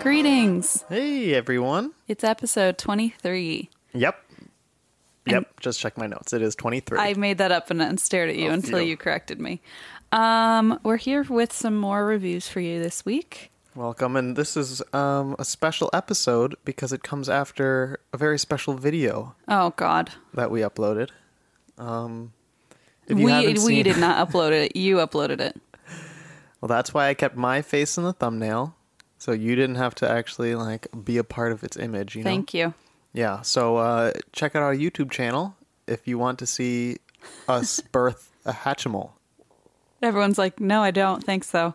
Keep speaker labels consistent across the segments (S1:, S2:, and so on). S1: Greetings.
S2: Hey everyone.
S1: It's episode 23.
S2: Yep. Yep. Just check my notes. It is 23.
S1: I made that up and, and stared at you until
S2: phew.
S1: you corrected me. Um, we're here with some more reviews for you this week.
S2: Welcome. And this is um, a special episode because it comes after a very special video
S1: Oh God,
S2: that we uploaded. Um, if you
S1: we
S2: haven't
S1: we
S2: seen-
S1: did not upload it. You uploaded it.
S2: Well, that's why I kept my face in the thumbnail. So you didn't have to actually like be a part of its image, you know?
S1: Thank you.
S2: Yeah. So uh, check out our YouTube channel if you want to see us birth a Hatchimal.
S1: Everyone's like, no, I don't think so.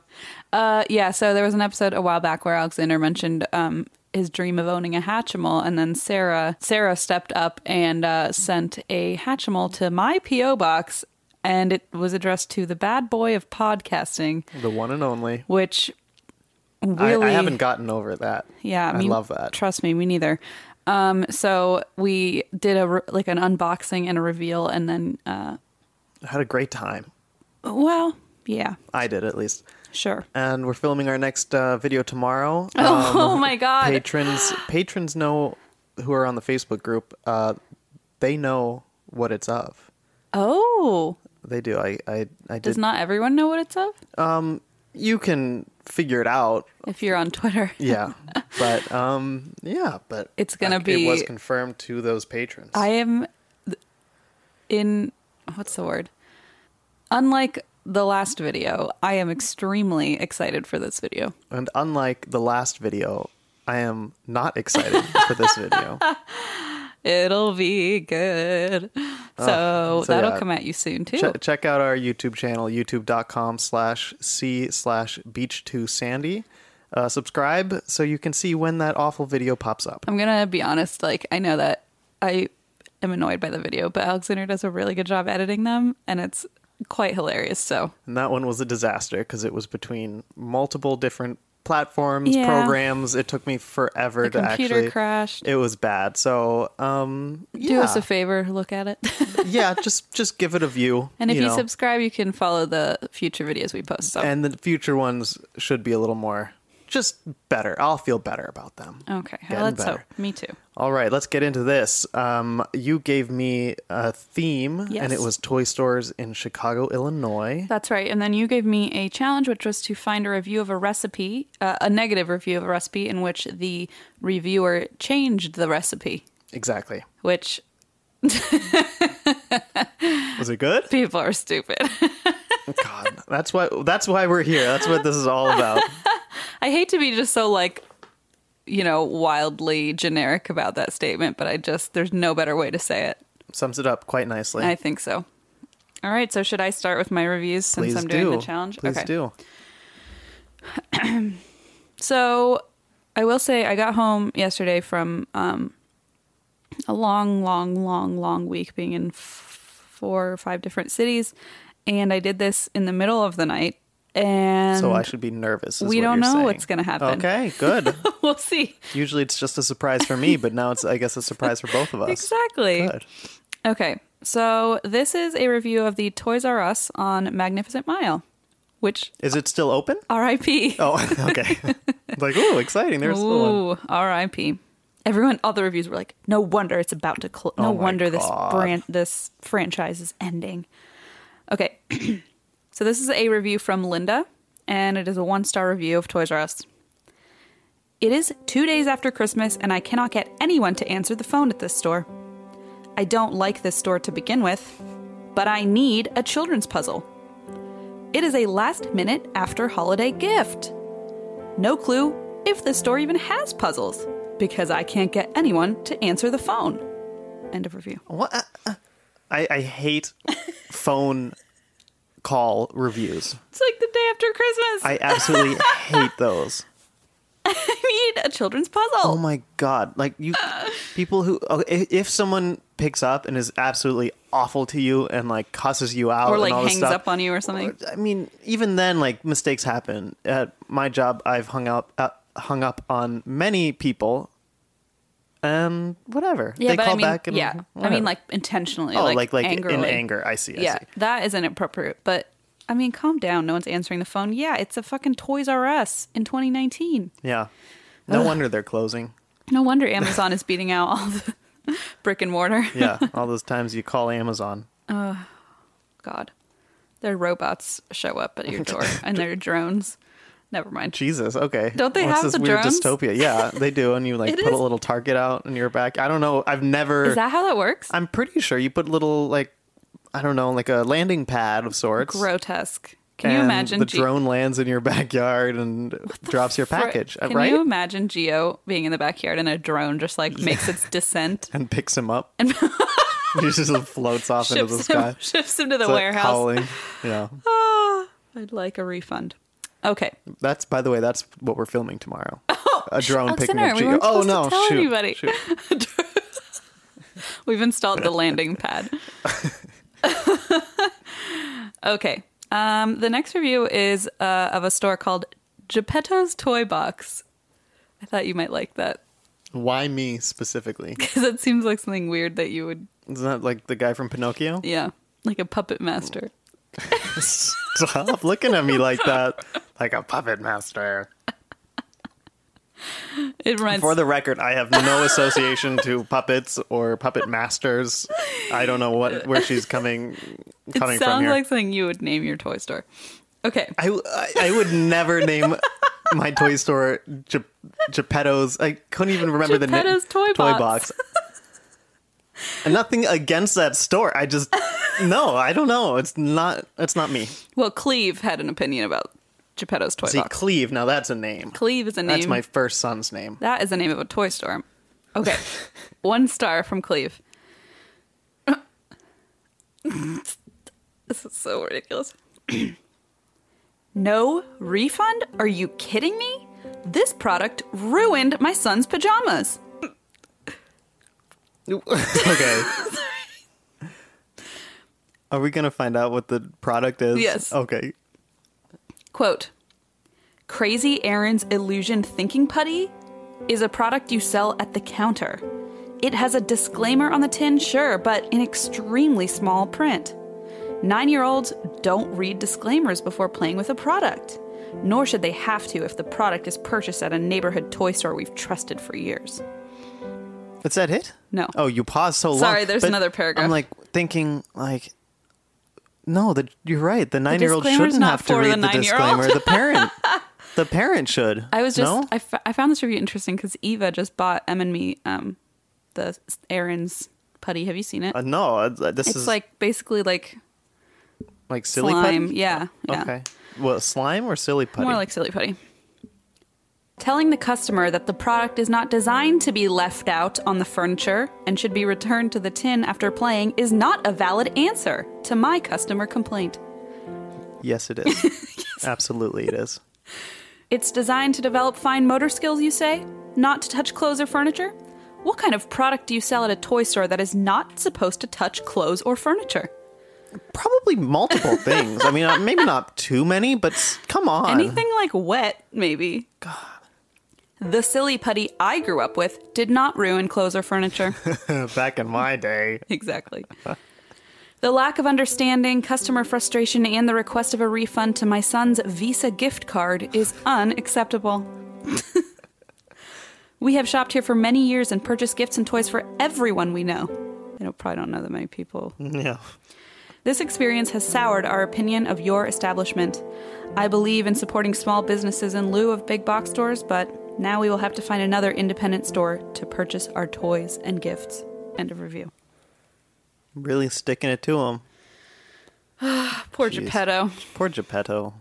S1: Uh, yeah, so there was an episode a while back where Alexander mentioned um, his dream of owning a Hatchimal, and then Sarah Sarah stepped up and uh, sent a Hatchimal to my PO box, and it was addressed to the bad boy of podcasting,
S2: The one and only.
S1: which
S2: I-
S1: really
S2: I, haven't gotten over that.
S1: yeah,
S2: I
S1: me-
S2: love that.
S1: Trust me, me neither. Um, so we did a re- like an unboxing and a reveal, and then uh,
S2: I had a great time.
S1: well, yeah,
S2: I did at least.
S1: sure.
S2: And we're filming our next uh, video tomorrow. Um,
S1: oh my god!
S2: patrons patrons know who are on the Facebook group. Uh, they know what it's of.
S1: Oh,
S2: They do. I I, I
S1: does
S2: did.
S1: not everyone know what it's of?
S2: you can figure it out.
S1: If you're on Twitter,
S2: Yeah, but um, yeah, but
S1: It's gonna
S2: like,
S1: be-
S2: It was confirmed to those patrons.
S1: I am th- in what's the word? Unlike the last video, I am extremely excited for this video.
S2: And unlike the last video, I am not excited for this video.
S1: It'll be good. So,
S2: so
S1: that'll
S2: yeah.
S1: come at you soon too.
S2: Che- check out our YouTube channel, youtube.com slash C slash beach to Sandy. Uh, subscribe so you can see when that awful video pops up.
S1: I'm gonna be honest. Like I know that I am annoyed by the video, but Alexander does a really good job editing them, and it's quite hilarious. So
S2: And that one was a disaster because it was between multiple different platforms,
S1: Yeah.
S2: programs. It took me forever
S1: The
S2: to
S1: computer
S2: actually.
S1: crashed.
S2: It was bad. So, um, yeah,
S1: do us a favor, look at it,
S2: yeah, just just give it a view.
S1: and if you, oh.
S2: know.
S1: subscribe, you can follow the future videos we post. So
S2: and the future ones should be a little more, just better. I'll feel better about them.
S1: okay,
S2: Getting
S1: let's
S2: better.
S1: hope. Me too.
S2: All right, let's get into this. Um, you gave me a theme,
S1: Yes.
S2: and it was toy stores in Chicago, Illinois.
S1: That's right. And then you gave me a challenge, which was to find a review of a recipe, uh, a negative review of a recipe in which the reviewer changed the recipe,
S2: Exactly.
S1: which
S2: Was it good?
S1: people are stupid.
S2: God, that's why. That's why we're here. That's what this is all about.
S1: I hate to be just so like, you know, wildly generic about that statement, but I just there's no better way to say it.
S2: Sums it up quite nicely.
S1: I think so. All right, so should I start with my reviews since
S2: Please
S1: I'm
S2: do.
S1: doing the challenge?
S2: Please do.
S1: So I will say I got home yesterday from um, a long, long, long, long week being in f- four or five different cities, and I did this in the middle of the night. And
S2: So I should be nervous. is
S1: we
S2: what
S1: don't
S2: you're
S1: know
S2: saying.
S1: what's gonna happen.
S2: Okay, good.
S1: we'll see.
S2: Usually it's just a surprise for me, but now it's I guess a surprise for both of us.
S1: Exactly.
S2: Good.
S1: Okay, so this is a review of the Toys R Us on Magnificent Mile, which
S2: Is it still open?
S1: R.I.P.
S2: Oh, okay. like, ooh, exciting. There's still one.
S1: Ooh, R.I.P. Everyone, all the reviews were like, "No wonder it's about to close. No
S2: Oh my
S1: wonder
S2: God.
S1: this brand, this franchise is ending." Okay, so this is a review from Linda, and it is a one-star review of Toys R Us. It is two days after Christmas, and I cannot get anyone to answer the phone at this store. I don't like this store to begin with, but I need a children's puzzle. It is a last minute after holiday gift. No clue if the store even has puzzles, because I can't get anyone to answer the phone. End of review.
S2: What? I, I hate phone call reviews.
S1: It's like the day after Christmas. I,
S2: I absolutely hate those.
S1: need a children's puzzle.
S2: Oh my god! Like you, people who okay, if, if someone picks up and is absolutely awful to you and like cusses you out
S1: or
S2: and
S1: like
S2: all this
S1: hangs
S2: stuff,
S1: up on you or something.
S2: I mean, even then, like mistakes happen. At my job, I've hung up uh, hung up on many people. Um, whatever.
S1: yeah,
S2: they
S1: but
S2: call
S1: I mean,
S2: back and
S1: yeah, I
S2: whatever.
S1: mean like intentionally.
S2: oh,
S1: like,
S2: like like
S1: angrily.
S2: in anger. I see. I
S1: yeah,
S2: see.
S1: that is inappropriate. But I mean, calm down. No one's answering the phone. Yeah, it's a fucking Toys R Us in 2019.
S2: Yeah. No wonder they're closing.
S1: No wonder Amazon is beating out all the brick and mortar.
S2: Yeah, all those times you call Amazon.
S1: God, their robots show up at your door and their drones. Never mind.
S2: Jesus. Okay.
S1: Don't they
S2: What's
S1: have
S2: this
S1: the
S2: weird
S1: drones?
S2: dystopia? Yeah, they do. And you like
S1: It
S2: put a
S1: is-
S2: little target out in your back. I don't know. I've never.
S1: Is that how that works?
S2: I'm pretty sure you put little like I don't know, like a landing pad of sorts.
S1: Grotesque. Can you
S2: and
S1: imagine
S2: the
S1: Ge-
S2: drone lands in your backyard and drops your
S1: Fri-
S2: package, uh,
S1: Can
S2: right?
S1: you imagine Geo being in the backyard and a drone just like makes its descent,
S2: And picks him up. he just floats off into the
S1: ships
S2: sky.
S1: him, ships him to the
S2: It's like
S1: warehouse?
S2: Howling. Yeah.
S1: I'd like a refund. Okay,
S2: That's by the way, that's what we're filming tomorrow.
S1: Oh,
S2: a drone picking
S1: Alexander,
S2: up
S1: we
S2: Geo.
S1: weren't
S2: oh
S1: supposed
S2: no,
S1: to tell
S2: shoot,
S1: anybody.
S2: shoot.
S1: we've installed the landing pad. okay, um, the next review is uh, of a store called Geppetto's Toy Box. I thought you might like that
S2: Why me specifically?
S1: because it seems like something weird that you would,
S2: Isn't that like the guy from Pinocchio?
S1: yeah, like a puppet master.
S2: Stop looking at me like that. Like a puppet master.
S1: It reminds
S2: For the record, I have no association to puppets or puppet masters. I don't know what where she's coming
S1: it
S2: coming from
S1: sounds
S2: here.
S1: like something you would name your toy store. Okay.
S2: I, I I would never name my toy store Ge- Geppetto's. I couldn't even remember
S1: Geppetto's
S2: the
S1: Toy
S2: name.
S1: Box.
S2: And Nothing against that store. I just no. I don't know. It's not. It's not me.
S1: Well, Cleve had an opinion about Geppetto's Toy
S2: See,
S1: Box.
S2: Cleve. Now that's a name.
S1: Cleve is a name.
S2: That's my first son's name.
S1: That is the name of a toy store. Okay. One star from Cleve. this is so ridiculous. no refund? Are you kidding me? This product ruined my son's pajamas.
S2: okay. Are we gonna find out what the product is?
S1: Yes.
S2: Okay.
S1: Quote Crazy Aaron's Illusion Thinking Putty is a product you sell at the counter. It has a disclaimer on the tin, sure, but in extremely small print. Nine year olds don't read disclaimers before playing with a product, nor should they have to if the product is purchased at a neighborhood toy store we've trusted for years.
S2: Is that it?
S1: No.
S2: Oh, you paused so long.
S1: Sorry, there's
S2: But
S1: another paragraph.
S2: I'm like thinking like, no, the, you're right. The nine year old
S1: disclaimer's
S2: shouldn't
S1: not
S2: have to
S1: for
S2: read
S1: the
S2: the,
S1: nine-year-old.
S2: disclaimer. the parent, the parent should.
S1: I was just
S2: no?
S1: I, f- I found this review interesting because Eva just bought M and me um the Aaron's putty. Have you seen it?
S2: Uh, no. uh, This
S1: it's
S2: is like
S1: like basically like
S2: like silly
S1: slime.
S2: putty.
S1: Yeah, yeah.
S2: Okay. Well, slime or silly putty?
S1: More like silly putty. Telling the customer that the product is not designed to be left out on the furniture and should be returned to the tin after playing is not a valid answer to my customer complaint.
S2: yes, it is. Absolutely, it is.
S1: It's designed to develop fine motor skills, you say? Not to touch clothes or furniture? What kind of product do you sell at a toy store that is not supposed to touch clothes or furniture?
S2: Probably multiple things. I mean, uh, maybe not too many, but s- come on.
S1: Anything like wet, maybe. God. The silly putty I grew up with did not ruin clothes or furniture.
S2: Back in my day.
S1: exactly. The lack of understanding, customer frustration, and the request of a refund to my son's Visa gift card is unacceptable. we have shopped here for many years and purchased gifts and toys for everyone we know. They don't, probably don't know that many people
S2: Yeah.
S1: this experience has soured our opinion of your establishment. I believe in supporting small businesses in lieu of big box stores, but now we will have to find another independent store to purchase our toys and gifts. End of review.
S2: Really sticking it to him.
S1: Poor
S2: Jeez.
S1: Geppetto.
S2: Poor Geppetto.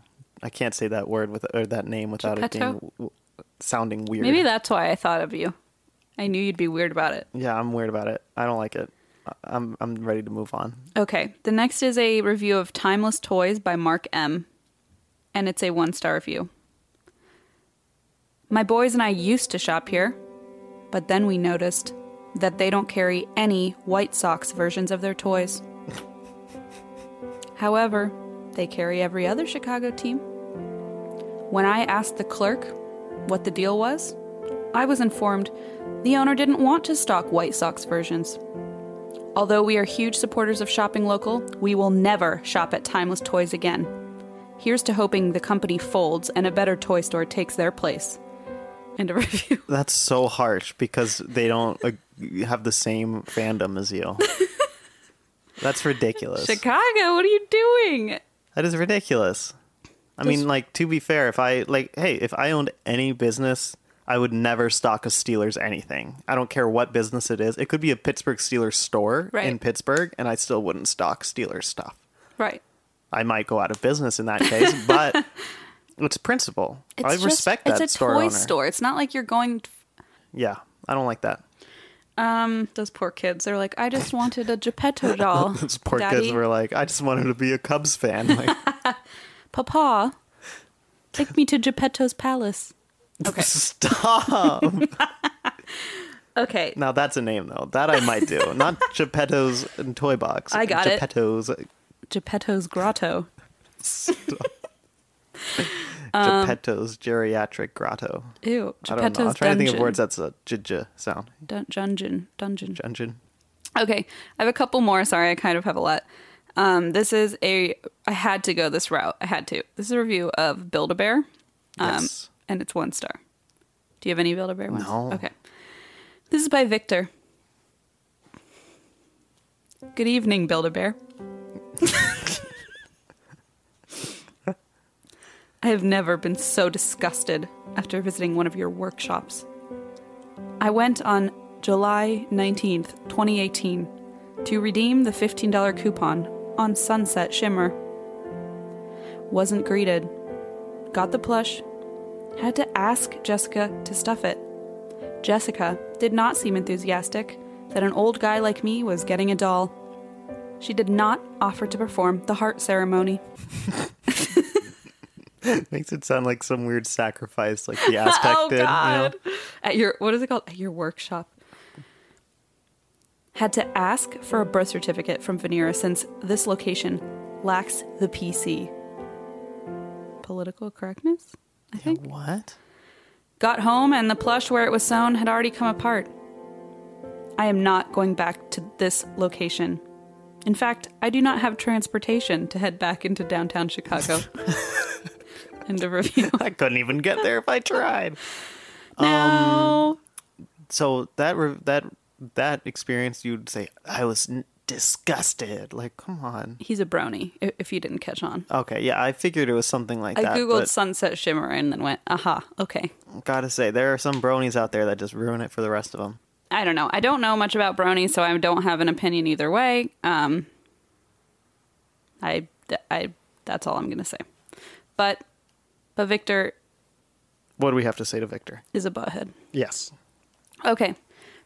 S2: I can't say that word with or that name without it being
S1: Geppetto?
S2: w- w- sounding weird.
S1: Maybe that's why I thought of you. I knew you'd be weird about it.
S2: yeah, I'm weird about it. I don't like it. I'm I'm ready to move on.
S1: Okay. The next is a review of Timeless Toys by Mark M. And it's a one star review. My boys and I used to shop here, but then we noticed that they don't carry any White Sox versions of their toys. However, they carry every other Chicago team. When I asked the clerk what the deal was, I was informed the owner didn't want to stock White Sox versions. Although we are huge supporters of shopping local, we will never shop at Timeless Toys again. Here's to hoping the company folds and a better toy store takes their place. End of review.
S2: That's so harsh because they don't uh, have the same fandom as you. That's ridiculous.
S1: Chicago, what are you doing?
S2: That is ridiculous. I mean, like to be fair, if I like, hey, if I owned any business, I would never stock a Steelers anything. I don't care what business it is. It could be a Pittsburgh Steelers store
S1: Right.
S2: in Pittsburgh, and I still wouldn't stock Steelers stuff.
S1: Right.
S2: I might go out of business in that case, but it's principle. I
S1: just-
S2: respect that
S1: It's a
S2: store
S1: toy
S2: owner.
S1: store. It's not like you're going.
S2: Yeah, I don't like that.
S1: Um, those poor kids. They're like, I just wanted a Geppetto doll.
S2: Those poor
S1: Daddy,
S2: kids were like, I just wanted to be a Cubs fan. Like,
S1: Papa, take me to Geppetto's palace. Okay.
S2: stop.
S1: Okay.
S2: Now that's a name though. That I might do. Not Geppetto's toy box.
S1: I got it.
S2: Geppetto's
S1: Geppetto's grotto.
S2: Geppetto's geriatric grotto.
S1: Ew.
S2: I
S1: Um, Geppetto's
S2: don't know. I'm trying
S1: dungeon.
S2: to think of words that's a jj sound.
S1: Dun- dungeon. Dungeon.
S2: Dungeon.
S1: Okay, I have a couple more. Sorry, I kind of have a lot. Um, this is a I had to go this route. I had to. This is a review of Build a Bear, um,
S2: Yes.
S1: and it's one star. Do you have any Build a Bear ones?
S2: No.
S1: Okay. This is by Victor. Good evening, Build a Bear. I have never been so disgusted after visiting one of your workshops. I went on July 19th, 2018, to redeem the $15 coupon on Sunset Shimmer. Wasn't greeted. Got the plush. Had to ask Jessica to stuff it. Jessica did not seem enthusiastic that an old guy like me was getting a doll. She did not offer to perform the heart ceremony.
S2: Makes it sound like some weird sacrifice like the Aztec
S1: oh
S2: did. you know?
S1: God! At your what is it called? At your workshop. Had to ask for a birth certificate from Venera since this location lacks the PC. Political correctness. I
S2: Yeah,
S1: think.
S2: What?
S1: Got home and the plush where it was sewn had already come apart. I am not going back to this location. In fact, I do not have transportation to head back into downtown Chicago. End of review.
S2: I couldn't even get there if I tried. Um,
S1: Now.
S2: So that re- that that experience, you'd say I was n- disgusted. Like, come on.
S1: he's a brony i- if you didn't catch on
S2: Okay, yeah, I figured it was something like
S1: i
S2: that.
S1: googled
S2: but-
S1: sunset shimmer and then went aha okay
S2: Gotta say, there are some bronies out there that just ruin it for the rest of them.
S1: i don't know i don't know much about bronies so i don't have an opinion either way um i th- i that's all i'm gonna say but but victor
S2: What do we have to say to Victor?
S1: is a butthead
S2: Yes.
S1: okay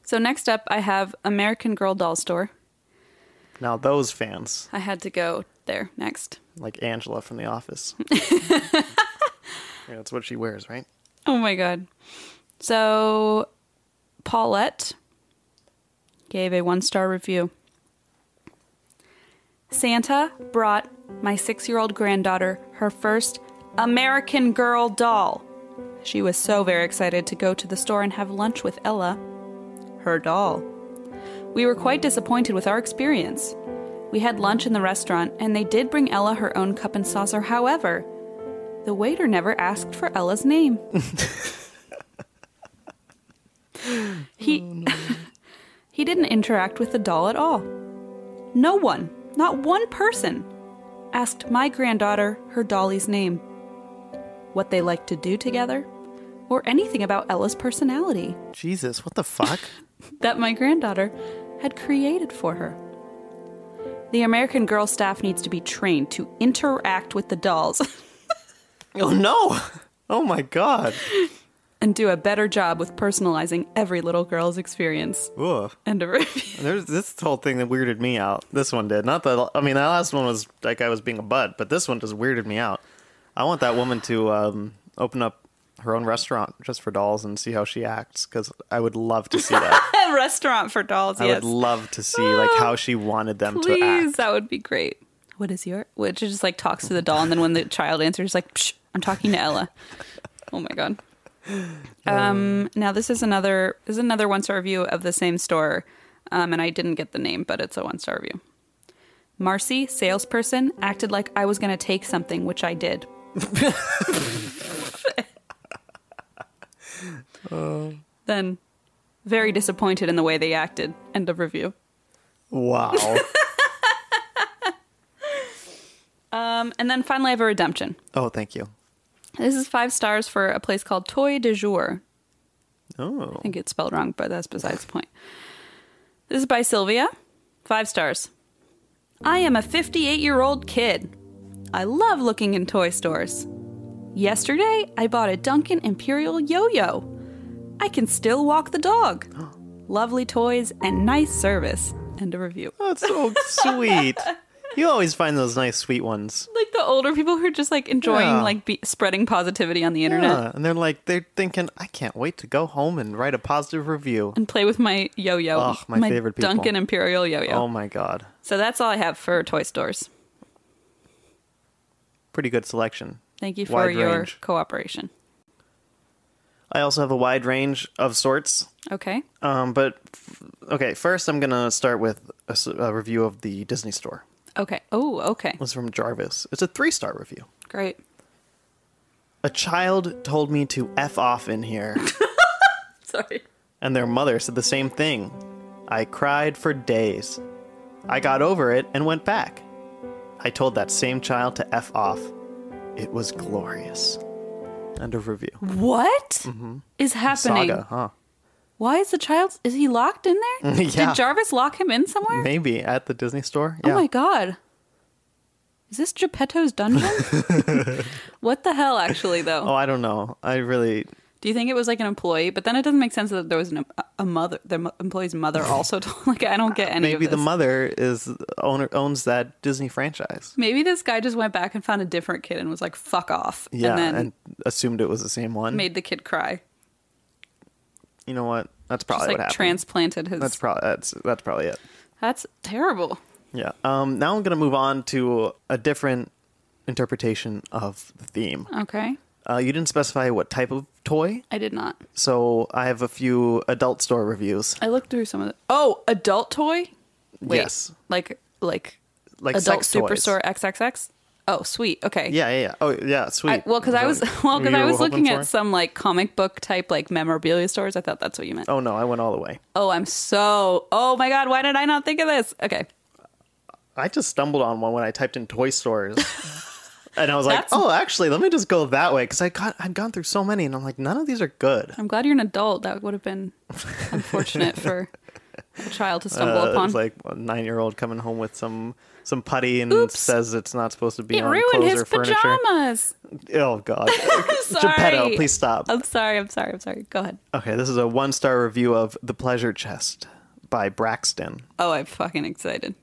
S1: so next up i have american girl doll store
S2: Now those fans,
S1: i had to go there next
S2: like Angela from The Office. Yeah, that's what she wears, right?
S1: Oh my god. So Paulette gave a one star review. Santa brought my six year old granddaughter her first American Girl doll. She was so very excited to go to the store and have lunch with Ella, her doll. We were quite disappointed with our experience. We had lunch in the restaurant, and they did bring Ella her own cup and saucer. However, the waiter never asked for Ella's name. he He didn't interact with the doll at all. No one, not one person, asked my granddaughter her dolly's name, what they like to do together, or anything about Ella's personality
S2: Jesus, what the fuck?
S1: that my granddaughter had created for her. The American Girl staff needs to be trained to interact with the dolls.
S2: oh no! Oh my god!
S1: and do a better job with personalizing every little girl's experience.
S2: Ugh.
S1: End of review.
S2: There's this whole thing that weirded me out. This one did. Not that I mean, that last one was like I was being a butt, but this one just weirded me out. I want that woman to um, open up her own restaurant just for dolls and see how she acts because I would love to see that.
S1: Restaurant for dolls,
S2: I
S1: yes. Oh,
S2: would love to see like how she wanted them to
S1: Please,
S2: act.
S1: that would be great. What is your? Which is just like talks to the doll, and then when the child answers, like, Psh, I'm talking to Ella. Oh my god. Um. Now this is another this is another one star review of the same store, um, and I didn't get the name, but it's a one star review. Marcy, salesperson, acted like I was going to take something, which I did. Then, very disappointed in the way they acted. End of review.
S2: Wow.
S1: Um, and then finally, I have a redemption.
S2: oh, thank you.
S1: This is five stars for a place called Toy de Jour.
S2: Oh,
S1: I think it's spelled wrong, but that's besides the point. This is by Sylvia. Five stars. I am a 58 year old kid. I love looking in toy stores. Yesterday, I bought a Duncan Imperial yo yo. I can still walk the dog. Lovely toys and nice service. End of review.
S2: that's so sweet. You always find those nice, sweet ones.
S1: Like the older people who are just like enjoying
S2: Yeah.
S1: like be- spreading positivity on the internet
S2: Yeah, and they're like they're thinking, I can't wait to go home and write a positive review.
S1: and play with my yo yo.
S2: Ugh, my favorite people.
S1: Duncan Imperial yo yo.
S2: Oh my god,
S1: So that's all I have for toy stores.
S2: pretty good selection.
S1: Thank you for
S2: Wide
S1: your
S2: range.
S1: cooperation.
S2: I also have a wide range of sorts.
S1: Okay.
S2: Um, but f- okay, first I'm gonna start with a, s- a review of the Disney Store.
S1: Okay. Oh, okay.
S2: This is from Jarvis. It's a three star review.
S1: Great.
S2: A child told me to f off in here,
S1: Sorry.
S2: and their mother said the same thing. I cried for days. I got over it and went back. I told that same child to f off. It was glorious. End of review.
S1: What is happening?
S2: Mm-hmm. Saga, huh?
S1: Why is the child is he locked in there?
S2: Yeah.
S1: Did Jarvis lock him in somewhere?
S2: Maybe at the Disney Store.
S1: Oh
S2: Yeah.
S1: my god. Is this Geppetto's dungeon? what the hell actually though?
S2: Oh, I don't know. I really
S1: Do you think it was like an employee? But then it doesn't make sense that there was an, a mother, the mo- employee's mother also told like I don't get any
S2: maybe
S1: of
S2: the
S1: this.
S2: mother is owner owns that Disney franchise.
S1: Maybe this guy just went back and found a different kid and was like fuck off
S2: Yeah,
S1: and
S2: and,
S1: then
S2: assumed it was the same one.
S1: made the kid cry.
S2: you know what? That's
S1: Just
S2: probably what
S1: like
S2: happened.
S1: transplanted his
S2: that's probably that's that's probably it.
S1: That's terrible.
S2: Yeah. Um. Now I'm gonna move on to a different interpretation of the theme.
S1: Okay.
S2: Uh, you didn't specify what type of toy,
S1: I did not.
S2: so I have a few adult store reviews.
S1: I looked through some of the Oh, adult toy? Wait,
S2: Yes.
S1: Like like
S2: Like
S1: adult
S2: sex toys.
S1: superstore XXX? Oh, sweet. Okay.
S2: Yeah, yeah, yeah. Oh, yeah, sweet.
S1: I, well, because I was
S2: Is that what
S1: well, because
S2: you
S1: I
S2: were
S1: was
S2: hoping
S1: looking
S2: for?
S1: at some like comic book type like memorabilia stores. I thought that's what you meant. Oh.
S2: Oh no, I went all the way.
S1: I'm so. Oh my god, why did I not think of this? Okay,
S2: I just stumbled on one when I typed in toy stores. and I was like,
S1: That's-
S2: "Oh, actually, let me just go that way cuz I got I've gone through so many and I'm like, none of these are good."
S1: I'm glad you're an adult. That would have been unfortunate for a child to stumble
S2: Uh,
S1: upon.
S2: it's like a 9-year-old coming home with some some putty and
S1: Oops.
S2: says it's not supposed to be
S1: it
S2: on
S1: ruined
S2: clothes
S1: his
S2: or furniture.
S1: pajamas.
S2: Oh god.
S1: Sorry.
S2: Geppetto, please stop.
S1: I'm sorry. I'm sorry. I'm sorry. Go ahead.
S2: Okay, this is a one-star review of The Pleasure Chest by Braxton.
S1: Oh, I'm fucking excited.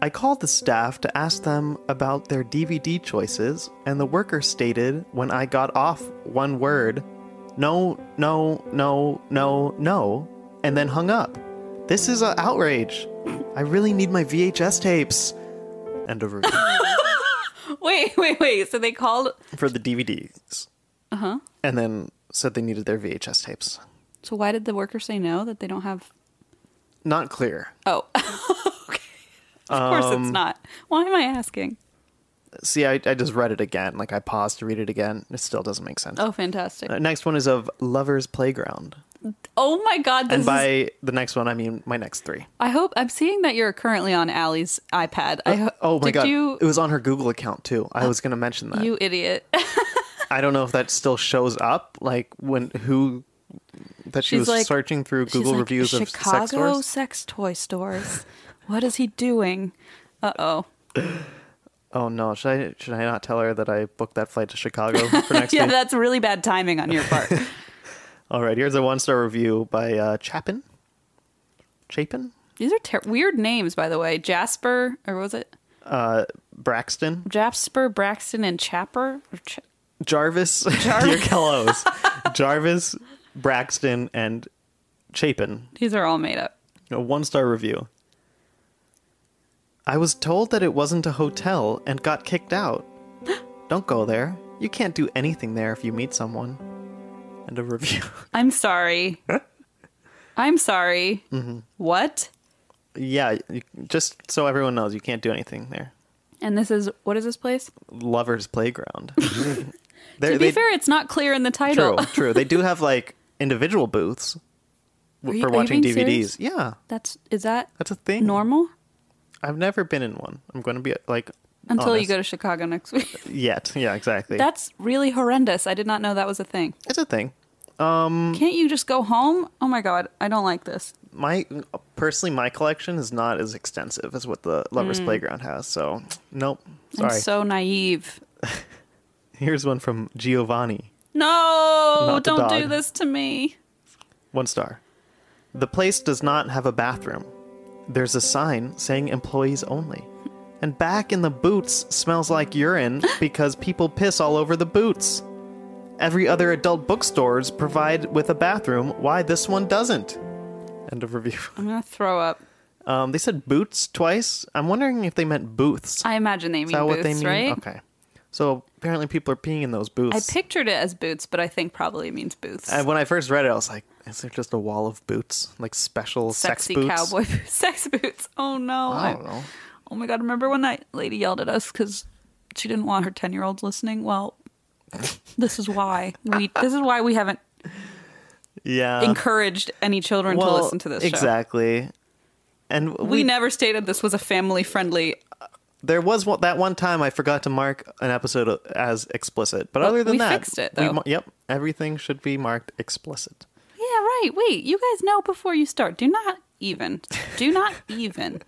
S2: I called the staff to ask them about their DVD choices, and the worker stated when I got off one word, no, no, no, no, no, and then hung up. This is an outrage. I really need my VHS tapes. End of review.
S1: Wait, wait, wait. So they called.
S2: For the DVDs. Uh
S1: Uh-huh.
S2: huh. And then said they needed their VHS tapes.
S1: So why did the worker say no that they don't have?
S2: Not clear.
S1: Oh, okay. Of course
S2: Um,
S1: it's not. Why am I asking?
S2: See, I, I just read it again. Like, I paused to read it again. It still doesn't make sense.
S1: Oh, fantastic.
S2: Uh, Next one is of Lover's Playground.
S1: Oh my God, this
S2: and by
S1: is.
S2: the next one, I mean my next three.
S1: I hope I'm seeing that you're currently on Allie's iPad. I ho-
S2: Oh my
S1: did
S2: god!
S1: You, Oh.
S2: It was on her Google account too. I was gonna mention that.
S1: you idiot.
S2: I don't know if that still shows up, like when who that she
S1: She's
S2: was
S1: like-
S2: searching through
S1: She's
S2: Google
S1: like,
S2: reviews of
S1: Chicago
S2: sex stores.
S1: sex toy stores. What is he doing? Uh oh.
S2: Oh no, should I should I not tell her that I booked that flight to Chicago for next
S1: yeah,
S2: week?
S1: that's really bad timing on your part.
S2: All right, here's a one star review by uh, Chapin. Chapin
S1: These are ter- weird names, by the way. Jasper, or was it
S2: Braxton
S1: Jasper, Braxton, and Chapper? Or Ch-
S2: Jarvis. Dear Kellos, Jarvis Braxton and Chapin.
S1: These are all made up.
S2: A one star review. I was told that it wasn't a hotel and got kicked out. Don't go there. You can't do anything there if you meet someone. And a review.
S1: I'm sorry. I'm sorry.
S2: Mm-hmm.
S1: What?
S2: yeah, you, just so everyone knows, you can't do anything there.
S1: And this is what is this place?
S2: Lover's Playground.
S1: To be fair, it's not clear in the
S2: true,
S1: title.
S2: true. They do have like individual booths
S1: Are
S2: w-
S1: you-
S2: for
S1: are you
S2: watching
S1: being
S2: DVDs.
S1: serious?
S2: Yeah,
S1: That's is that
S2: that's Oh, a thing.
S1: normal
S2: I've never been in one. I'm going to be like
S1: until you go to Chicago next week.
S2: to yet. Yeah, exactly.
S1: That's really horrendous. I did not know that was a thing.
S2: it's a thing.
S1: Can't you just go home? Oh my god, I don't like this.
S2: my personally my collection is not as extensive as what the lovers playground has so nope sorry
S1: Mm. I'm so naive.
S2: here's one from giovanni
S1: No,
S2: Not the
S1: don't do
S2: dog.
S1: this to me.
S2: one star the place does not have a bathroom there's a sign saying employees only and back in the boots smells like urine because people piss all over the boots every other adult bookstores provide with a bathroom why this one doesn't end of review
S1: I'm gonna throw up.
S2: um, they said boots twice i'm wondering if they meant booths
S1: I imagine they mean
S2: Is that
S1: boots,
S2: what they mean?
S1: right?
S2: Okay. So apparently people are peeing in those
S1: I
S2: booths.
S1: pictured it as boots, but I think probably it means booths.
S2: and when I first read it, I was like, is there just a wall of boots? Like special
S1: Sexy
S2: sex boots?
S1: cowboy boots. sex boots. Oh no.
S2: I don't know.
S1: Oh my god, remember when that lady yelled at us because she didn't want her ten year olds listening? Well, this is why we. This is why we haven't
S2: Yeah.
S1: encouraged any children
S2: Uh, Well,
S1: to listen to this. show.
S2: Exactly. And we,
S1: We never stated this was a family friendly.
S2: there was one, that one time I forgot to mark an episode as explicit, but other than
S1: we
S2: that,
S1: fixed it, though.
S2: mar- yep, everything should be marked explicit.
S1: Yeah, right. Wait, you guys know before you start. Do not even. Do not even.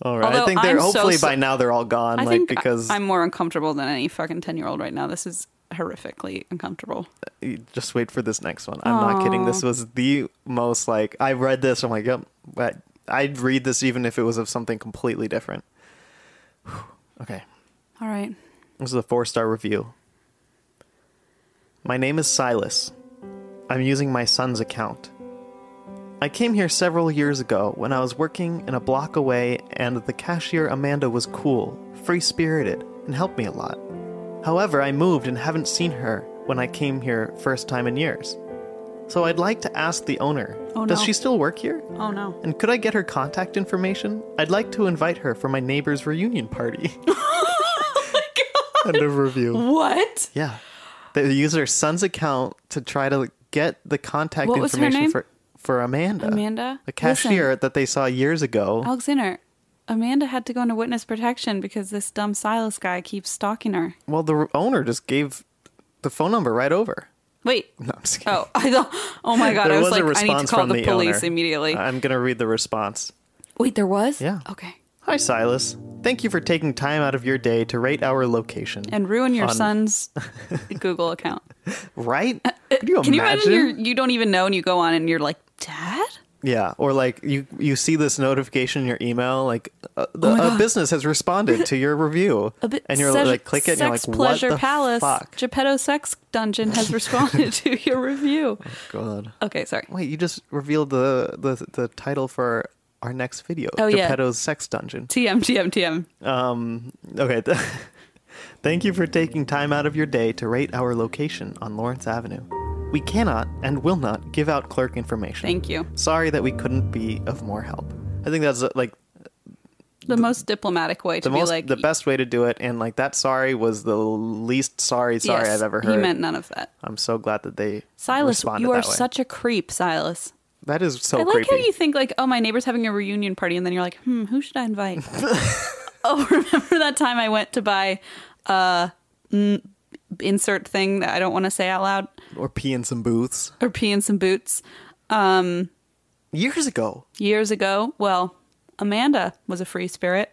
S2: All right, I
S1: Although
S2: think they're
S1: I'm so
S2: hopefully
S1: so-
S2: by now they're all gone,
S1: I
S2: like
S1: think I-
S2: because
S1: I'm more uncomfortable than any fucking ten year old right now. This is horrifically uncomfortable.
S2: you just wait for this next one. I'm not kidding. This was the most like I read this. I'm like, yep. But I'd read this even if it was of something completely different. Whew. Okay,
S1: All right.
S2: this is a four star review. My name is Silas. I'm using my son's account. I came here several years ago when I was working in a block away, and the cashier Amanda was cool, free spirited, and helped me a lot. However, I moved and haven't seen her when I came here first time in years. So I'd like to ask the owner
S1: Oh,
S2: Does
S1: no.
S2: she still work here?
S1: Oh no.
S2: And could I get her contact information? I'd like to invite her for my neighbor's reunion party.
S1: Oh
S2: End of review.
S1: What?
S2: Yeah. They use their son's account to try to get the contact
S1: What was her
S2: information
S1: name?
S2: for for Amanda.
S1: Amanda? Oh.
S2: The cashier that they saw years ago.
S1: Alexander, Amanda had to go into witness protection because this dumb Silas guy keeps stalking her.
S2: Well, the owner just gave the phone number right over.
S1: Wait.
S2: No, I'm just kidding.
S1: Oh, I thought. Oh my god!
S2: There
S1: I was,
S2: was a
S1: like, I need to
S2: response
S1: call
S2: from
S1: the,
S2: the
S1: police
S2: owner.
S1: immediately.
S2: I'm going to read the response.
S1: Wait, there was.
S2: Yeah.
S1: Okay.
S2: Hi, Silas. Thank you for taking time out of your day to rate our location.
S1: And ruin your
S2: on-
S1: son's Google account.
S2: Right? Could you
S1: Uh, Can you
S2: imagine?
S1: imagine you're, you don't even know, and you go on, and you're like, "Dad."
S2: Yeah, or like you you see this notification in your email, like uh, the, a business has responded to your review,
S1: Oh A bit
S2: and you're
S1: sex-
S2: like click it, and you're like
S1: Sex Pleasure
S2: what the
S1: Palace,
S2: fuck?
S1: Geppetto Sex Dungeon has responded to your review.
S2: God,
S1: Okay, sorry.
S2: wait, you just revealed the the, the title for our next video,
S1: Oh, yeah.
S2: Geppetto's Sex Dungeon.
S1: TM, TM, TM.
S2: Um, okay. Thank you for taking time out of your day to rate our location on Lawrence Avenue. We cannot and will not give out clerk information.
S1: Thank you.
S2: Sorry that we couldn't be of more help. I think that's uh, like
S1: The, most diplomatic way to
S2: the
S1: be
S2: most
S1: like
S2: the best way to do it and like that sorry was the least sorry sorry
S1: yes,
S2: i've ever heard
S1: He meant none of that.
S2: i'm so glad that they
S1: Silas,
S2: responded
S1: you are
S2: that way.
S1: such a creep, Silas.
S2: that is so
S1: I like
S2: creepy
S1: how you think like, oh, my neighbor's having a reunion party, and then you're like, hmm, who should I invite? oh, remember that time I went to buy uh, mm, insert thing that I don't want to say out loud
S2: or pee in some booths
S1: or pee in some boots
S2: years ago
S1: years ago? Well, Amanda was a free spirit.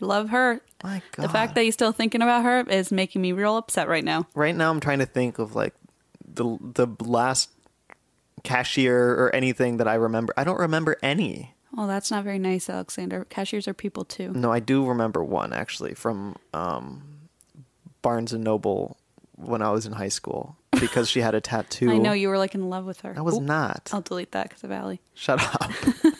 S1: Love her.
S2: My God.
S1: The fact that you're still thinking about her is making me real upset right now.
S2: right now I'm trying to think of like the the last cashier or anything that I remember. I don't remember any.
S1: Oh, that's not very nice, Alexander. Cashiers are people too.
S2: No, I do remember one actually from um, Barnes and Noble when I was in high school because she had a tattoo.
S1: I know you were like in love with her.
S2: I Mm, was
S1: Oop,
S2: not.
S1: I'll delete that because of Allie.
S2: Shut up.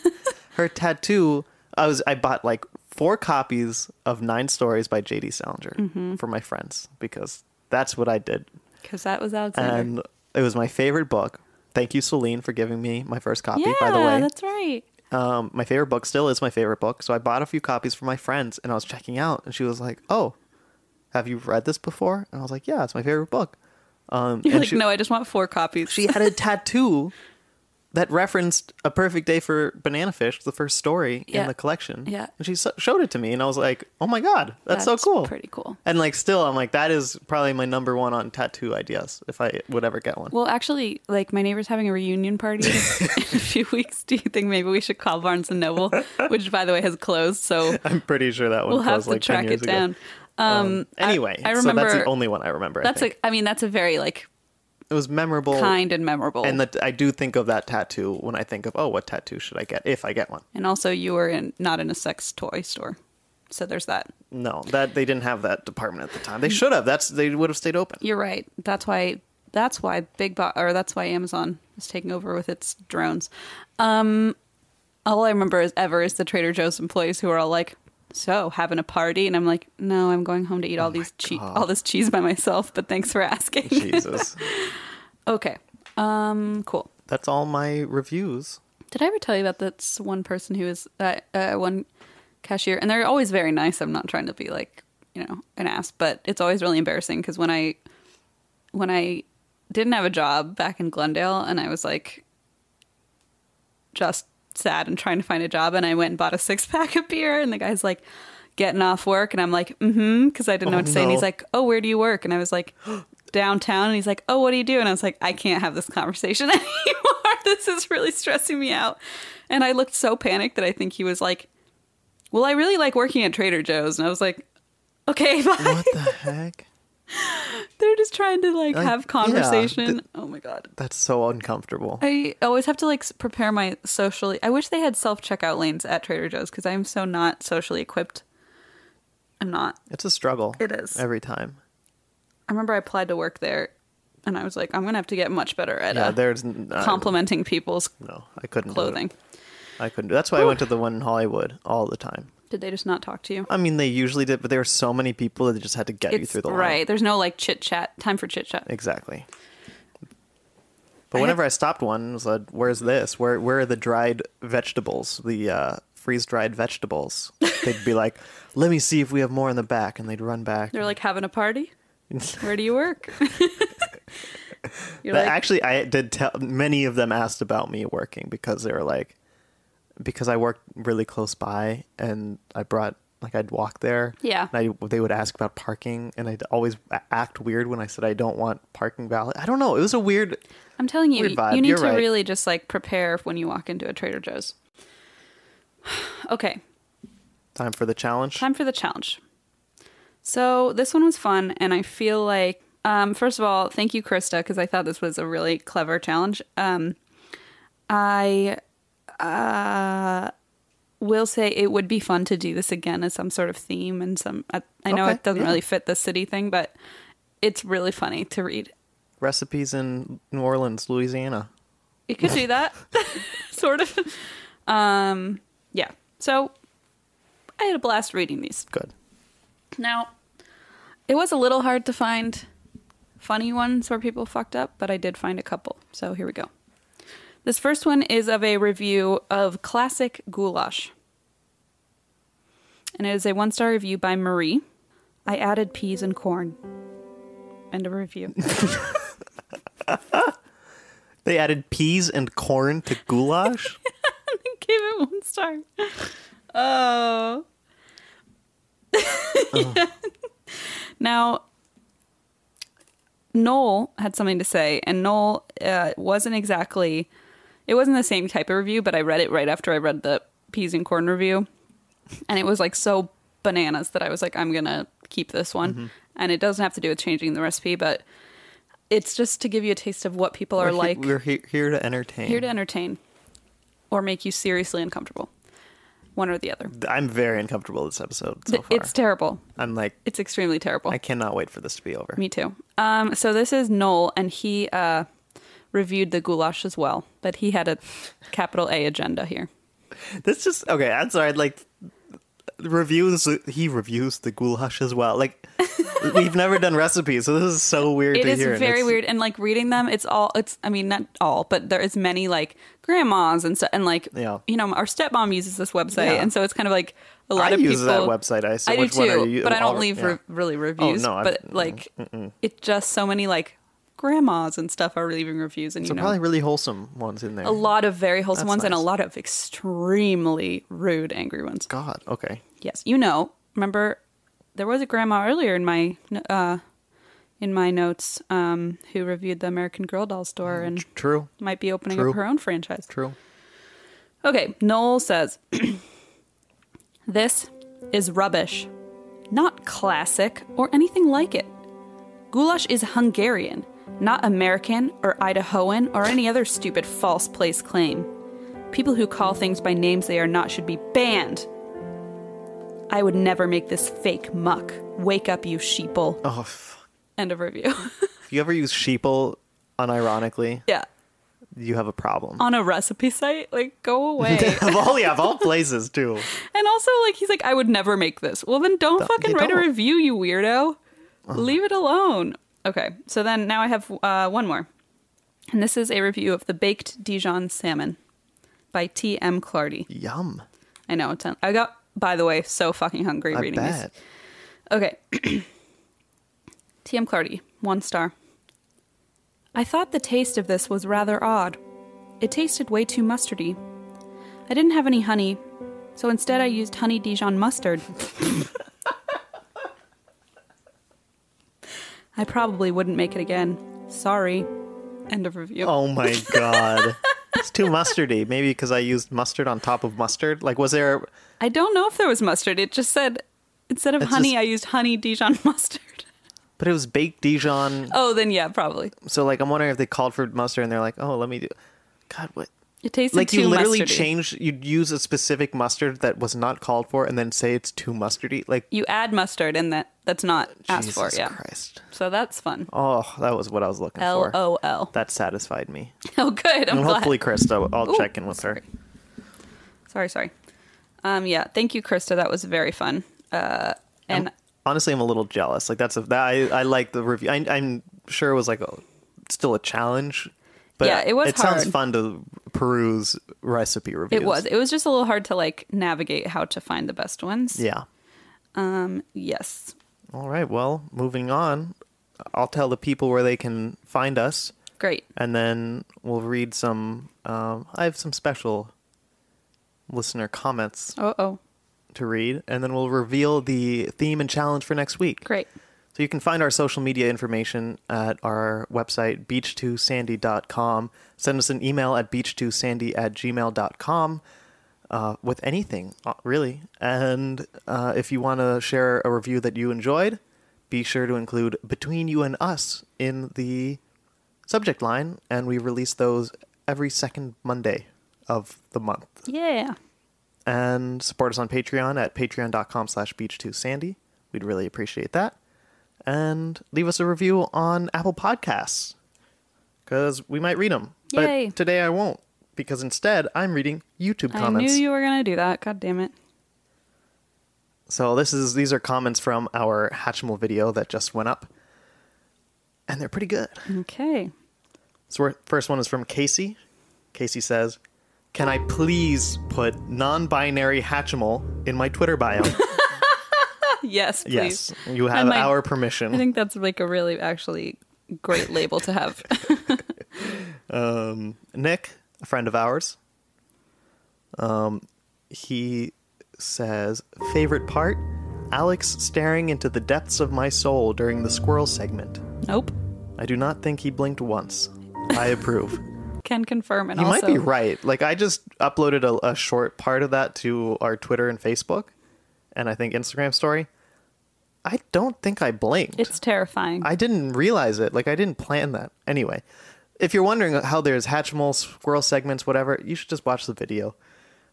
S2: Her tattoo. I was. I bought like four copies of Nine Stories by J.D. Salinger
S1: Mm-hmm.
S2: for my friends because that's what I did
S1: Because that was Alexander.
S2: and it was my favorite book. Thank you, Celine, for giving me my first copy.
S1: yeah,
S2: by the way,
S1: that's right.
S2: um, my favorite book still is my favorite book. So I bought a few copies for my friends, and I was checking out, and she was like, "Oh, have you read this before?" And I was like, "Yeah, it's my favorite book." Um,
S1: You're
S2: and
S1: like,
S2: she,
S1: no, I just want four copies.
S2: she had a tattoo that referenced "A Perfect Day for Banana Fish," the first story
S1: Yeah.
S2: in the collection.
S1: Yeah.
S2: and she so- showed it to me, and I was like, "Oh my god, that's, so cool!"
S1: Pretty cool.
S2: And like, still, I'm like, that is probably my number one on tattoo ideas if I would ever get one.
S1: Well, actually, like my neighbor's having a reunion party in a few weeks. Do you think maybe we should call Barnes and Noble, which by the way has closed, so
S2: I'm pretty sure that one
S1: we'll have
S2: was
S1: to
S2: like 10
S1: track
S2: years
S1: it
S2: ago.
S1: down. Um, I-
S2: Anyway,
S1: I,
S2: so
S1: remember
S2: that's the only one I remember.
S1: that's
S2: I think.
S1: a. I mean, that's a very like
S2: it was memorable,
S1: kind and memorable.
S2: and that I do think of that tattoo when I think of oh, what tattoo should I get if I get one?
S1: And also, you were in not in a sex toy store, so there's that.
S2: No, that they didn't have that department at the time.
S1: Mm.
S2: They should have. That's they would have stayed open.
S1: You're right. That's why. That's why big bo- or that's why Amazon is taking over with its drones. Um, all I remember is ever is the Trader Joe's employees who are all like, "So having a party?" And I'm like, "No, I'm going home to
S2: Oh
S1: eat all these che- all this cheese by myself." But thanks for asking.
S2: Jesus,
S1: okay. Um. Cool.
S2: that's all my reviews.
S1: Did I ever tell you about this one person who is uh, uh, one cashier? And they're always very nice. I'm not trying to be like you know an ass, but it's always really embarrassing because when I when I didn't have a job back in Glendale and I was like just sad and trying to find a job, and I went and bought a six pack of beer, and the guy's like getting off work, and I'm like mm-hmm because I didn't know
S2: Oh,
S1: what to say, and
S2: no.
S1: he's like oh where do you work, and I was like. Downtown, and he's like, "Oh, what do you do?" And I was like, "I can't have this conversation anymore. this is really stressing me out." And I looked so panicked that I think he was like, "Well, I really like working at Trader Joe's," and I was like, "Okay, bye."
S2: What the heck?
S1: They're just trying to like
S2: Like,
S1: have
S2: yeah,
S1: conversation. oh my god.
S2: That's so uncomfortable.
S1: I always have to like s- prepare my socially. I wish they had self checkout lanes at Trader Joe's because I'm so not socially equipped. I'm not.
S2: It's a struggle.
S1: It is.
S2: every time.
S1: I remember I applied to work there, and I was like, I'm gonna have to get much better at
S2: Yeah,
S1: uh,
S2: there's n- I-
S1: complimenting people's
S2: No, I couldn't. do it.
S1: clothing.
S2: I couldn't. do it. That's why I went to the one in Hollywood all the time.
S1: Did they just not talk to you?
S2: I mean, they usually did, but there were so many people that they just had to get you
S1: It's
S2: through the line.
S1: right. There's no like chit chat. Time for chit chat.
S2: Exactly.
S1: I
S2: But
S1: had-
S2: whenever I stopped one, I was like, "Where's this? Where where are the dried vegetables? The uh, freeze dried vegetables?" They'd be like, "Let me see if we have more in the back," and they'd run back.
S1: They're like having a party. Where do you work? You're
S2: But
S1: like,
S2: actually, I did tell many of them asked about me working because they were like, because I worked really close by and I brought like I'd walk there.
S1: Yeah.
S2: And I, they would ask about parking, and I'd always a- act weird when I said I don't want parking valid. I don't know. It was a weird.
S1: I'm telling you,
S2: Weird vibe.
S1: you need
S2: You're
S1: to
S2: right.
S1: really just like prepare when you walk into a Trader Joe's. okay,
S2: Time for the challenge.
S1: time for the challenge. So this one was fun, and I feel like, um, first of all, thank you, Krista, because I thought this was a really clever challenge. Um, I uh, will say it would be fun to do this again as some sort of theme and some. I, I know
S2: Okay,
S1: it doesn't
S2: yeah.
S1: really fit the city thing, but it's really funny to read.
S2: recipes in New Orleans, Louisiana.
S1: It could do that, sort of. Um, yeah. So I had a blast reading these.
S2: Good.
S1: Now, it was a little hard to find funny ones where people fucked up, but I did find a couple. So here we go. This first one is of a review of classic goulash. And it is a one star review by Marie. I added peas and corn. End of review.
S2: They added peas and corn to goulash.
S1: gave it one star. Oh. Yeah. Now, Noel had something to say, and Noel uh, wasn't exactly. It wasn't the same type of review, but I read it right after I read the peas and corn review, and it was like so bananas that I was like, I'm gonna keep this one.
S2: Mm-hmm.
S1: And it doesn't have to do with changing the recipe, but it's just to give you a taste of what people are
S2: We're he-
S1: like
S2: we're he- here to entertain.
S1: here to entertain or make you seriously uncomfortable. One or the other.
S2: I'm very uncomfortable this episode so
S1: Th-
S2: far.
S1: it's terrible.
S2: I'm like,
S1: It's extremely terrible.
S2: I cannot wait for this to be over.
S1: Me too. Um, so this is Noel, and he uh, reviewed the goulash as well, but he had a capital A agenda here.
S2: This just okay. I'm sorry. Like reviews. He reviews the goulash as well. Like we've never done recipes, so this is so weird
S1: It
S2: to
S1: is
S2: hear. and
S1: very
S2: it's-
S1: weird, and like reading them, it's all it's. I mean, not all, but there is many like grandmas and so and like
S2: Yeah.
S1: you know, our stepmom uses this website,
S2: Yeah.
S1: and so it's kind of like a lot
S2: I
S1: of
S2: use
S1: people
S2: that website. I, so
S1: I do
S2: which one are
S1: too,
S2: you,
S1: but I don't
S2: all-
S1: leave
S2: yeah. Oh,
S1: re- really reviews.
S2: no, I've-
S1: but like it just so many like grandmas and stuff are leaving reviews, and you
S2: There are
S1: know,
S2: probably really wholesome ones in there.
S1: a lot of very wholesome
S2: That's
S1: ones and a
S2: nice.
S1: lot of extremely rude, angry ones.
S2: God. Okay.
S1: Yes, you know. Remember, there was a grandma earlier in my uh, in my notes um, who reviewed the American Girl doll store and
S2: True.
S1: might be opening
S2: True.
S1: up her own franchise.
S2: True.
S1: Okay, Noel says, This is rubbish. Not classic or anything like it. Goulash is Hungarian, not American or Idahoan or any other stupid false place claim. People who call things by names they are not should be banned. I would never make this fake muck. Wake up, you sheeple.
S2: Oh, f-
S1: End of review.
S2: if you ever use sheeple, unironically,
S1: yeah.
S2: you have a problem.
S1: On a recipe site? Like, go away.
S2: of all, yeah, of all places too.
S1: And also, like, he's like, I would never make this. Well, then don't fucking
S2: you
S1: write a
S2: don't. Uh-huh.
S1: review, you weirdo. Leave it alone. Okay, so then now I have uh, one more. And this is a review of the Baked Dijon Salmon by T.M. Clardy.
S2: Yum.
S1: I know, it's, I got, by the way, so fucking hungry
S2: I
S1: reading this.
S2: bet.
S1: Okay. TM Clardy, one star. I thought the taste of this was rather odd. It tasted way too mustardy. I didn't have any honey, so instead I used honey Dijon mustard. I probably wouldn't make it again. Sorry. End of review.
S2: Oh my god. It's too mustardy. Maybe because I used mustard on top of mustard. Like, was there?
S1: I don't know if there was mustard. It just said instead of
S2: It's
S1: honey,
S2: just-
S1: I used honey Dijon mustard.
S2: But it was baked Dijon.
S1: Oh, then yeah, probably.
S2: So like, I'm wondering if they called for mustard and they're like, oh, let me do. God, what?
S1: It tasted
S2: Like
S1: too
S2: you literally
S1: mustardy.
S2: change. You'd use a specific mustard that was not called for, and then say it's too mustardy. Like,
S1: you add mustard and that that's not asked for
S2: Jesus
S1: yeah
S2: Christ.
S1: so that's fun
S2: Oh, that was what I was looking
S1: lol
S2: for.
S1: oh
S2: That satisfied me.
S1: good i'm
S2: And
S1: glad
S2: hopefully, Krista, I'll
S1: Ooh,
S2: check in with her.
S1: sorry sorry um yeah thank you krista that was very fun uh and
S2: Honestly, I'm a little jealous. Like that's a that I, I like the review. I, I'm sure it was like a, still a challenge, but
S1: Yeah, it was
S2: It sounds
S1: hard.
S2: fun to peruse recipe reviews.
S1: it was it was just a little hard to like navigate how to find the best ones
S2: Yeah.
S1: um yes
S2: All right. Well, moving on. I'll tell the people where they can find us,
S1: great
S2: and then we'll read some. Um, I have some special listener comments
S1: oh
S2: to read, and then we'll reveal the theme and challenge for next week.
S1: great
S2: So you can find our social media information at our website, beach2sandy.com. Send us an email at beach2sandy at gmail.com uh, with anything, uh, really. And uh, if you want to share a review that you enjoyed, be sure to include Between You and Us in the subject line. And we release those every second Monday of the month
S1: yeah
S2: and support us on Patreon at patreon.com slash beach2sandy. We'd really appreciate that. And leave us a review on Apple Podcasts because we might read them.
S1: Yay.
S2: But today I won't because instead I'm reading YouTube
S1: i
S2: comments.
S1: knew you were gonna do that god damn it
S2: So this is these are comments from our Hatchimal video that just went up, and they're pretty good.
S1: okay
S2: So we're, first one is from Casey. Casey says, "Can I please put non-binary Hatchimal in my Twitter bio?"
S1: yes please
S2: Yes, you
S1: And
S2: have
S1: my-
S2: our
S1: i
S2: permission.
S1: think that's like a really actually great label to have
S2: Nick, a friend of ours, um, he says favorite part: Alex staring into the depths of my soul during the squirrel segment.
S1: nope
S2: I do not think he blinked once. I approve.
S1: can confirm and
S2: you
S1: also
S2: might be right. Like I just uploaded a, a short part of that to our Twitter and Facebook, and I think Instagram story, I don't think I blinked.
S1: It's terrifying.
S2: I didn't realize it. Like I didn't plan that. Anyway, if you're wondering how there's Hatchimal squirrel segments, whatever, you should just watch the video.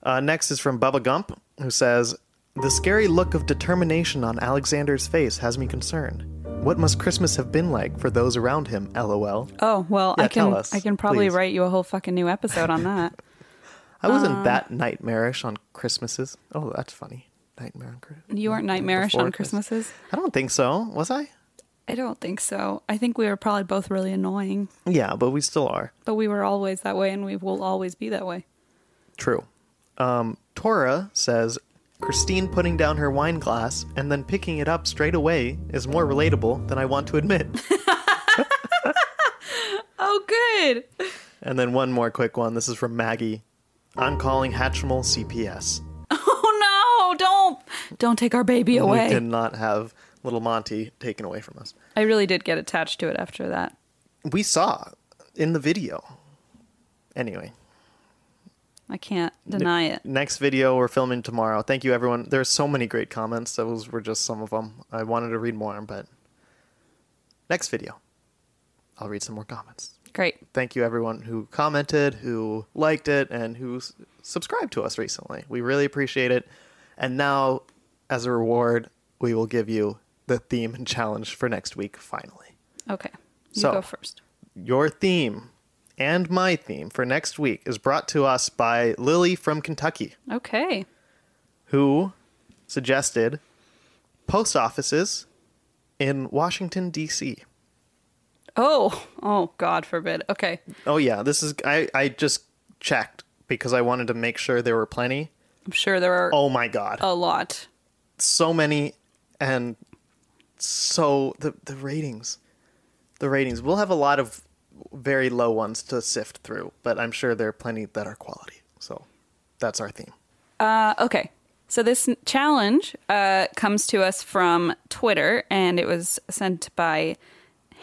S2: Uh, next is from Bubba Gump, who says, "The scary look of determination on Alexander's face has me concerned. What must Christmas have been like for those around him? LOL.
S1: oh well,
S2: Yeah,
S1: I can
S2: tell us,
S1: I can probably
S2: please.
S1: write you a whole fucking new episode on that.
S2: I wasn't that nightmarish on Christmases. Oh, that's funny. Nightmare on Christmas.
S1: You weren't nightmarish
S2: Before
S1: on
S2: Christmas.
S1: Christmases.
S2: I don't think so. Was I?
S1: I don't think so. I think we were probably both really annoying,
S2: Yeah, but we still are.
S1: but we were always that way, and we will always be that way.
S2: True. Um, Tora says Christine putting down her wine glass and then picking it up straight away is more relatable than I want to admit.
S1: Oh, good.
S2: and then one more quick one. This is from Maggie. I'm calling Hatchimal CPS.
S1: Oh no! Don't don't take our baby away.
S2: We cannot have little Monty taken away from us.
S1: I really did get attached to it after that.
S2: We saw in the video. Anyway.
S1: I can't deny it.
S2: next video we're filming tomorrow. Thank you, everyone. There's so many great comments. Those were just some of them. I wanted to read more, but next video, I'll read some more comments.
S1: Great.
S2: Thank you, everyone who commented, who liked it, and who s- subscribed to us recently. We really appreciate it. And now, as a reward, we will give you the theme and challenge for next week. Finally,
S1: Okay. You
S2: So-
S1: go first.
S2: your theme and my theme for next week is brought to us by Lily from Kentucky.
S1: Okay.
S2: who suggested post offices in Washington D.C.
S1: Oh, oh, God forbid. Okay.
S2: Oh yeah, this is I I just checked because I wanted to make sure there were plenty.
S1: I'm sure there are
S2: Oh my god.
S1: a lot.
S2: So many and so the the ratings. The ratings. We'll have a lot of very low ones to sift through, but I'm sure there are plenty that are quality. So that's our theme.
S1: Uh, okay. So this n- challenge uh, comes to us from Twitter, and it was sent by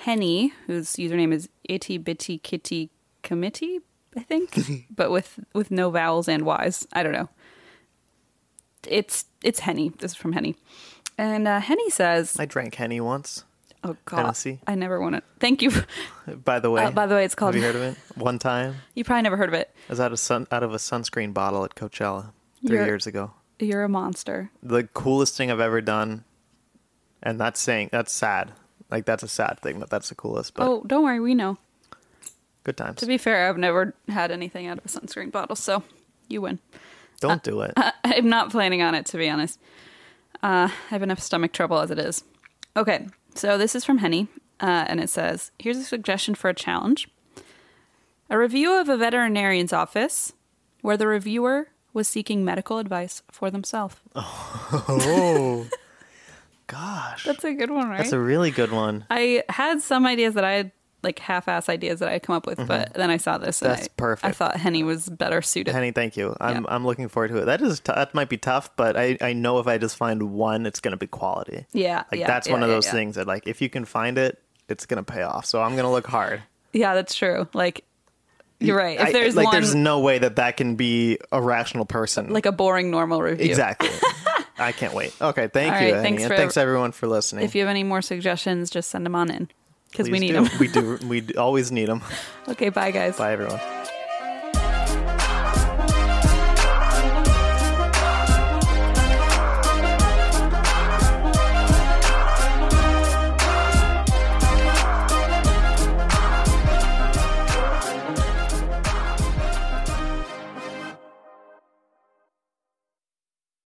S1: Henny, whose username is Itty Bitty Kitty Committee, I think, but with with no vowels and Y's. I don't know. It's it's Henny. This is from Henny, and uh, Henny says,
S2: I drank Henny once,
S1: "Oh God,
S2: Hennessy.
S1: I never want to." Thank you.
S2: by the way.
S1: Uh, by the way, it's called-
S2: Have you heard of it? One time.
S1: you probably never heard of it.
S2: I was out of sun out of a sunscreen bottle at Coachella 3
S1: You're-
S2: years ago.
S1: You're a monster.
S2: The coolest thing I've ever done, and that's saying that's sad. Like that's a sad thing that that's the coolest. But
S1: oh, don't worry, we know.
S2: good times.
S1: To be fair, I've never had anything out of a sunscreen bottle, so you win.
S2: Don't do it.
S1: I'm not planning on it, to be honest. Uh, I have enough stomach trouble as it is. Okay, so this is from Henny, uh, and it says Here's a suggestion for a challenge a review of a veterinarian's office where the reviewer was seeking medical advice for themselves.
S2: oh gosh,
S1: That's a good one, right?
S2: that's a really good one.
S1: I had some ideas that I had, like half ass ideas that I had come up with, but then I saw this. and
S2: Mm-hmm. That's
S1: I- I
S2: perfect.
S1: thought Henny was better suited.
S2: Henny, thank you. I'm I'm looking forward to it. That is t- that might be tough, but I I know if I just find one, it's gonna be quality.
S1: Yeah,
S2: like
S1: yeah,
S2: that's
S1: yeah,
S2: one of
S1: yeah,
S2: those
S1: yeah.
S2: things that like if you can find it, it's gonna pay off. So I'm gonna look hard.
S1: Yeah, that's true. Like, you're right. If
S2: I-
S1: there's
S2: like
S1: one,
S2: there's no way that that can be a rational person.
S1: like a boring normal review.
S2: Exactly. I can't wait. Okay, thank
S1: All
S2: you,
S1: right,
S2: Annie,
S1: thanks
S2: and
S1: for-
S2: thanks everyone for listening.
S1: If you have any more suggestions, just send them on in because we
S2: Please
S1: need
S2: do.
S1: them.
S2: we do. We d- always need them.
S1: Okay, bye guys.
S2: Bye, everyone.
S1: Bye.